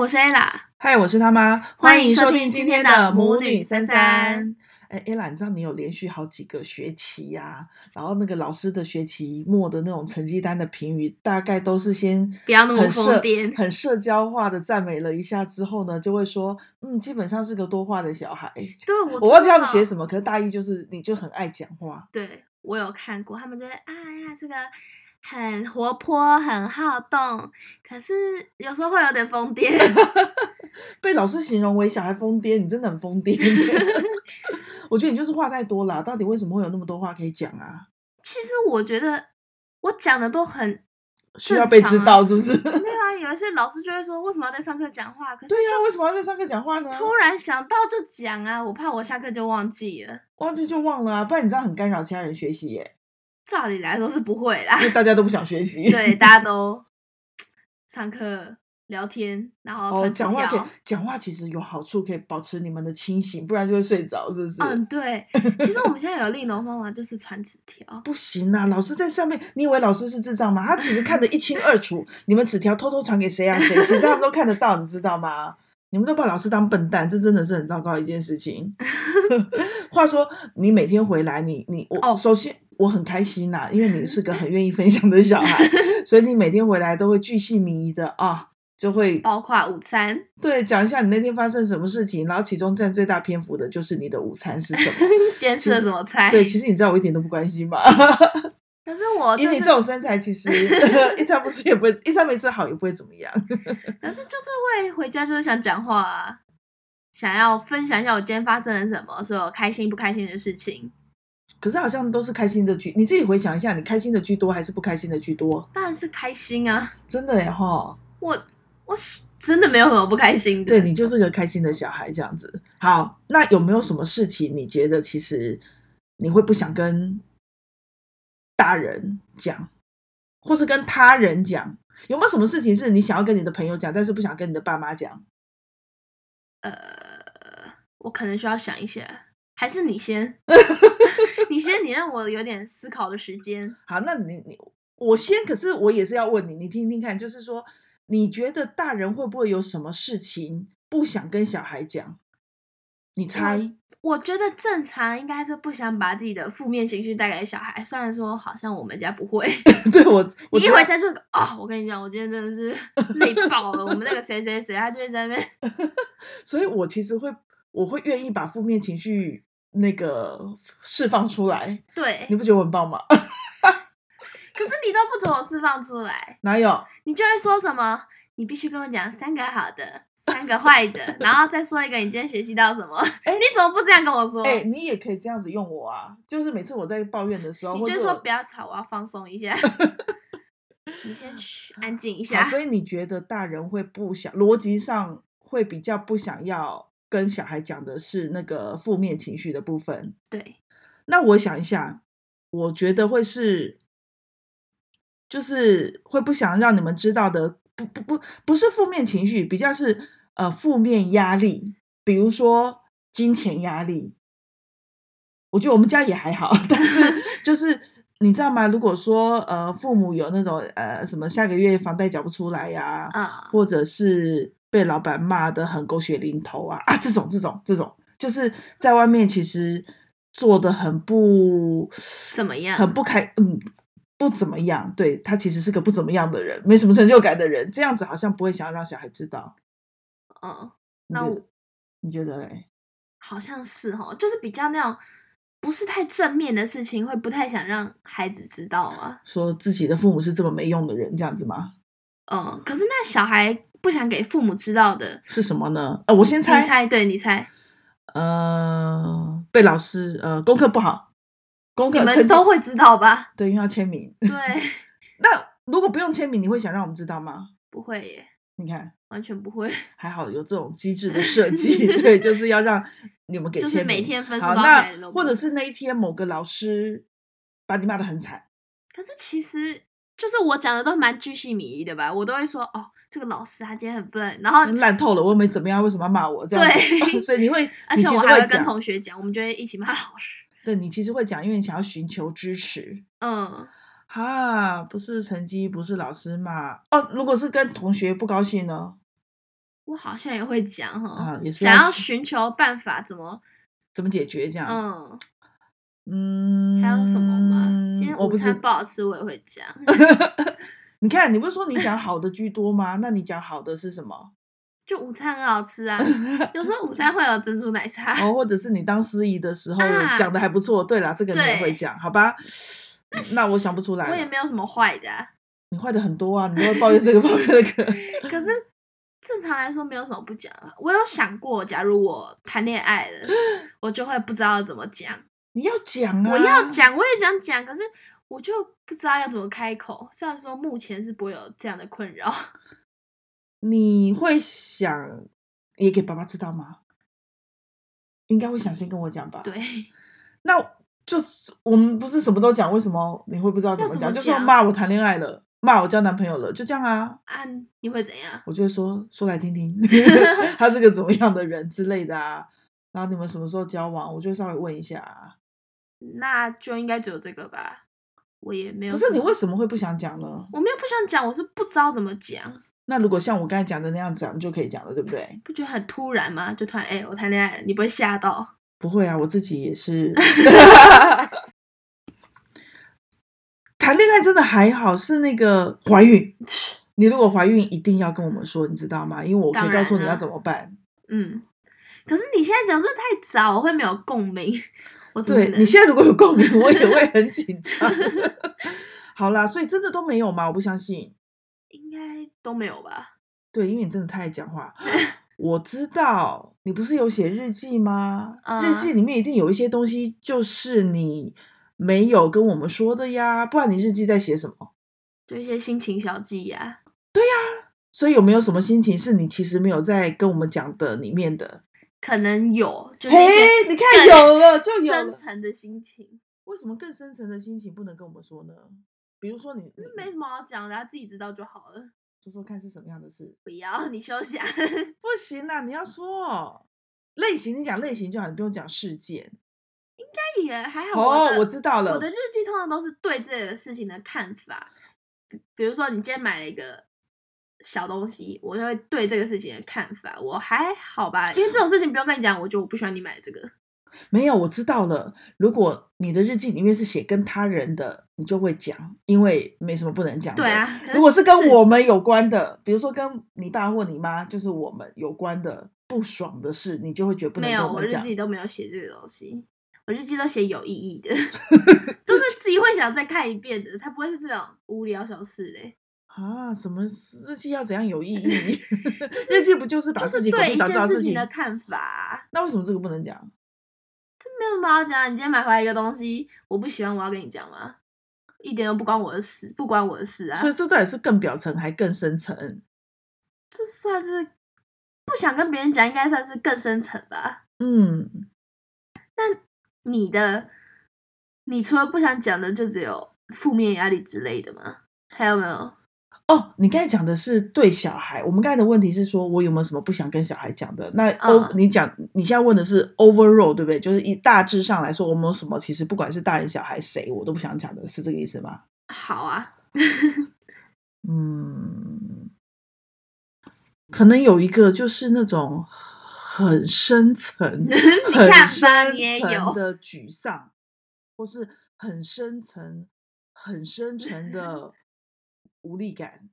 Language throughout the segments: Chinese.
我是 Ella，嗨，我是他妈，欢欢迎迎收收听听今今天天的的母母女女三三三三。哎，Ella，你知道你有连续好几个学期呀、然后那个老师的学期末的那种成绩单的评语，大概都是先不要那么很疯社癫。很社交化的赞美了一下之后呢，就会说，嗯，基本上是个多话的 小孩。对，我我忘记他们知道写什么，可是大意就是你就很爱讲话，对我有看过，他们觉得啊呀，这个很活泼，很好动，可是有时候会有点疯 癫。被老师形容为小孩疯癫，你真的很疯 癫。我觉得你就是话太多啦，到底为什么会有那么多话可以讲啊？其实我觉得我讲的都很需要被知正常道是不是？啊。没有啊，有一些老师就会说，为什么要在上课讲话？可是对呀、为什么要在上课讲话呢？突然想到就讲啊，我怕我下课就忘记了。忘记就忘了啊，不然你这样很干扰其他人学习耶，照理来说是不会啦 因，为大家都不想学习。对，大家都上课聊天，然后哦，传纸讲话可以条。讲话，其实有好处，可以保持你们的清醒，不然就会睡着，是不是？嗯， 对。其实我们现在有另一种方法，就是传纸条。不行啊，老师在上面，你以为老师是智障吗？他其实看得一清二楚，你们纸条偷偷传给谁啊谁，其实他们都看得到，你知道吗？你们都把老师当笨蛋，这真的是很糟糕的一件事情。话说，你每天回来，你你我、哦首先我很开心呐、因为你是个很愿意分享的小孩，所以你每天回来都会巨细靡遗的啊，就会包括午餐， 对讲一下你那天发生什么事情，然后其中占最大篇幅的就是你的午餐是什么。今天吃了什么菜？对，其实你知道我一点都不关心吧？可是我以哦就你是，这种身材，其实 一餐不吃也不会，一餐没吃好也不会怎么样。可是就是会回家就是想讲话啊，想要分享一下我今天发生了什么，所有开心不开心的事情。可是好像都是开心的居，你自己回想一下，你开心的居多还是不开心的居多？当然是开心啊，真的耶哈，我我是真的没有什么不开心的。对你就是个开心的小孩这样子。好，那有没有什么事情你觉得其实你会不想跟大人讲，或是跟他人讲？有没有什么事情是你想要跟你的朋友讲，但是不想跟你的爸妈讲？我可能需要想一下，还是你 先，你先，你让我有点思考的时间。好，那你你我先，可是我也是要问你，你听听看，就是说，你觉得大人会不会有什么事情不想跟小孩讲？你猜？ 我觉得正常应该是不想把自己的负面情绪带给小孩，虽然说好像我们家不会，对我， 我你一知回道家就哦，我跟你讲，我今天真的 是累爆了。我们那个谁谁谁，他就会在那边，所以我其实会，我会愿意把负面情绪那个释放出来。对你，不觉得我很棒吗？ 可是你都不准我释放出来，哪有？你就会说什么？你必须跟我讲三个好的，三个坏的，然后再说一个你今天学习到什么。 哎你怎么不这样跟我说？哎、你也可以这样子用我啊！就是每次我在抱怨的时候，你或就是说我不要吵，我要放松一下。 你先去安静一好下。所以你觉得大人会不想，逻辑上会比较不想要跟小孩讲的是那个负面情绪的部分。对，那我想一下，我觉得会是，就是会不想让你们知道的，不不不，不是负面情绪，比较是呃负面压力，比如说金钱压力。我觉得我们家也还好，但是就是你知道吗？如果说呃父母有那种呃什么下个月房贷缴不出来呀、啊、或者是被老板骂的很狗血淋头啊啊，这种这种这种，就是在外面其实做的很不怎么样？很不开，嗯，不怎么样。对他其实是个不怎么样的人，没什么成就感的人，这样子好像不会想要让小孩知道。嗯，你那觉我得你觉得嘞？好像是哦，就是比较那种不是太正面的事情，会不太想让孩子知道啊。说自己的父母是这么没用的人，这样子吗？嗯，可是那小孩不想给父母知道的，是什么呢？呃，我先你猜，猜，对你 猜，呃，被老师呃功课不好，功你课们成绩都会知道吧？ 对，因为要签名。对，那如果不用签名，你会想让我们知道吗？不会耶，你看，完全不会。还好有这种机制的设计，对，就是要 让你们给就是签名。每天分数好，都要改那了或者是那一天某个老师把你骂的很惨，可是其实就是我讲的都蛮具细靡遗的吧，我都会说哦，这个老师他今天很笨，然后烂透了，我又没怎么样，为什么要骂我这 样子？啊对所以你会，而你且其我实还会跟讲，同学讲，我们就会一起骂老师。对你其实会讲，因为你想要寻求支持。嗯，哈，不是成绩，不是老师骂哦。如果是跟同学不高兴呢？我好像也会讲哈、啊也是啊想要要寻求办法怎么，怎么解决这样？嗯，嗯，还有什么吗？今天我午不知餐不好吃，我也会讲。 你看，你不是说你讲好的居多吗？那你讲好的是什么？就午餐很好吃啊，有时候午餐会有珍珠奶茶。哦，或者是你当司仪的时候啊讲的还不错。对啦，这个你也对会讲，好吧？那我想不出 来我也了，没有什么坏的、啊，你坏的很多啊，你都会抱怨这个 抱怨那个。可是正常来说没有什么不讲啊。我有想过，假如我谈恋爱了，我就会不知道怎么 讲。你要讲啊，我要讲，我也想讲，可是我就不知道要怎么开口。虽然说目前是不会有这样的困扰， 你会想也给爸爸知道吗？应该会想先跟我讲吧。对，那就是我们不是什么都讲，为什么你会不知道怎要么怎讲？么就说讲骂我谈恋爱了，骂我交男朋友了，就这样啊。啊，你会怎样？我就会说说来 听听， 他是个怎么样的人之类的啊。然后你们什么时候交往？我就稍微问一下、啊。那就应该只有这个吧。我也没有可什么。是你为什么会不想讲呢？我没有不想讲，我是不知道怎么讲，那如果像我刚才讲的那样讲，就可以讲了，对不对？不觉得很突然吗？就突然哎、我谈恋爱了，你不会吓到？不会啊，我自己 也是。谈恋爱真的还好，是那个怀孕。你如果怀孕，一定要跟我们说，你知道吗？因为我可以当告然诉你啊要怎么办。嗯，可是你现在讲这太早，我会没有共鸣。我怎么对可能你现在如果有共鸣，我也会很紧 张。 好啦，所以真的都没有吗？我不相信。应该都没有吧？对，因为你真的太爱讲 话。我知道你不是有写日记吗？日嗯记里面一定有一些东西，就是你没有跟我们说的呀，不然你日记在写什么？就一些心情小记啊呀、所以有没有什么心情是你其实没有在跟我们讲的里面的？可能有，就是嘿一些，你看有了就有深了，嗯层的心情，为什么更深层的心情不能跟我们说呢？比如说你，你没什么好讲的啊、自己知道就好了。说说看是什么样的事？不要你休啊 想，不行啦，你要说类型，你讲类型就好，你不用讲事件。那也还好。哦我，的我知道了，我的日记通常都是对这个事情的看法，比比如说你今天买了一个小东西，我就会对这个事情的看法。我还好吧，因为这种事情不用跟你讲，我就我不喜欢你买这个。没有，我知道了。如果你的日记里面是写跟他人的，你就会讲，因为没什么不能讲的。对啊，可如果是跟是我们有关的，比如说跟你爸或你妈，就是我们有关的不爽的事，你就会觉得不能没跟有，我我们日讲。记都没有写这个东西，我日记都写有意义 的，就是自己会想再看一遍的，才不会是这种无聊小事 嘞。啊，什么日记要怎样有意义？ 日记不就是把就是自己狗对屁一倒件灶事事情的情？看法啊，那为什么这个不能讲？没有什么好讲。你今天买回来一个东西，我不喜欢，我要跟你讲吗？一点都不关我的事，不关我的事啊所。以这到底是更表层还更深层？这算是不想跟别人讲，应该算是更深层吧。嗯，你的，你除了不想讲的，就只有负面压力之类的吗？还有没有？哦，你刚才讲的是对小孩，我们刚才的问题是说我有没有什么不想跟小孩讲的？那 o、嗯你讲你现在问的是 overall 对不对？就是一大致上来说，我们有什么其实不管是大人小孩谁，我都不想讲的，是这个意思吗？好啊， 嗯，可能有一个就是那种很 深层、很看吧深你也层有的沮丧，或是很深层、很深沉的无力感，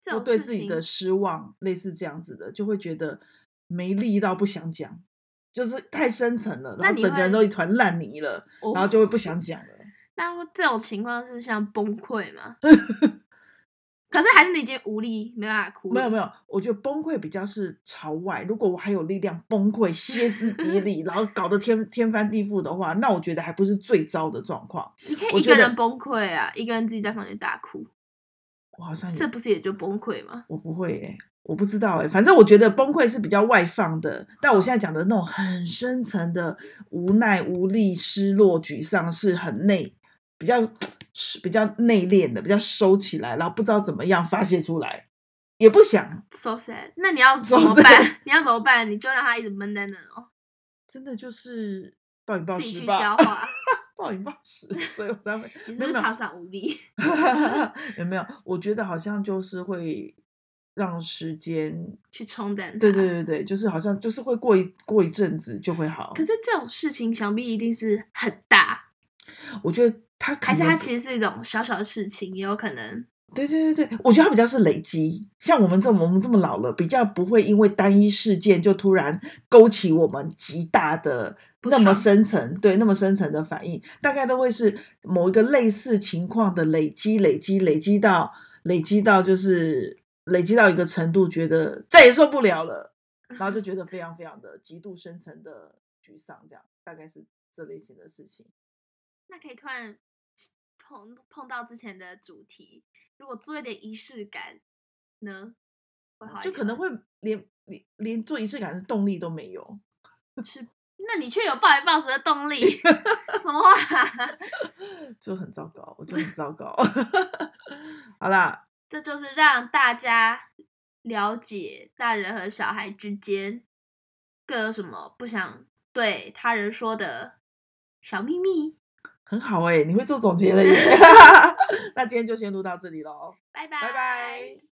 这或种对事自己情的失望，类似这样子的，就会觉得没力到不想讲，就是太深层了，然那后你整个人会都一团烂泥了，哦然后就会不想讲了。那会这种情况是像崩溃 吗？可是还是你已经无力，没办法哭。没有没有，我觉得崩溃比较是朝外。如果我还有力量崩溃、歇斯 底里，然后搞得天天翻地覆的话，那我觉得还不是最糟的状况。有，你可我以一觉个得人崩溃啊，一个人自己在房间大哭，我好像也这不是也就崩溃吗？我不会耶、我不知道哎、反正我觉得崩溃是比较外放的，但我现在讲的那种很深层的无奈、无力、失落、沮丧，是很内，比较是比较内敛的，比较收起来，然后不知道怎么样发泄出来，也不想 so sad。那你要 So 怎么办？ 你要怎么办？你就让他一直闷在那哦，真的就是暴饮暴自己食去吧消，化。 暴饮暴食，所以我才会 你没是不是有 没有常常无力？有没有？我觉得好像就是会让时间， 去冲淡它。对对对对，就是好像就是会过一过一阵子就会好可。是这种事情，想必一定是很大，我觉得他可还是能它其实是一种小小的事情，也有可能。对对对对，我觉得它比较是累积，像我们这么我们这么老了，比较不会因为单一事件就突然勾起我们极大的不那么爽深层对那么深层的反应，大概都会是某一个类似情况的累积、累积、累积到累积到就是累积到一个程度，觉得再也受不 了了，然后就觉得非常非常的极度深层的沮丧，这样大概是这类型的事情。那可以突然碰碰到之前的主题，如果做一点仪式感呢，会好一就点可能吗会连连连做仪式感的动力都没有。吃。那你却有暴饮暴食的动 力，什么啊？就很糟糕，我就很糟糕。 好啦，这就是让大家了解大人和小孩之间各有什么不想对他人说的小秘密。很欸 好哎、你会做总结了耶。那今天就先录到这里喽，拜拜拜拜。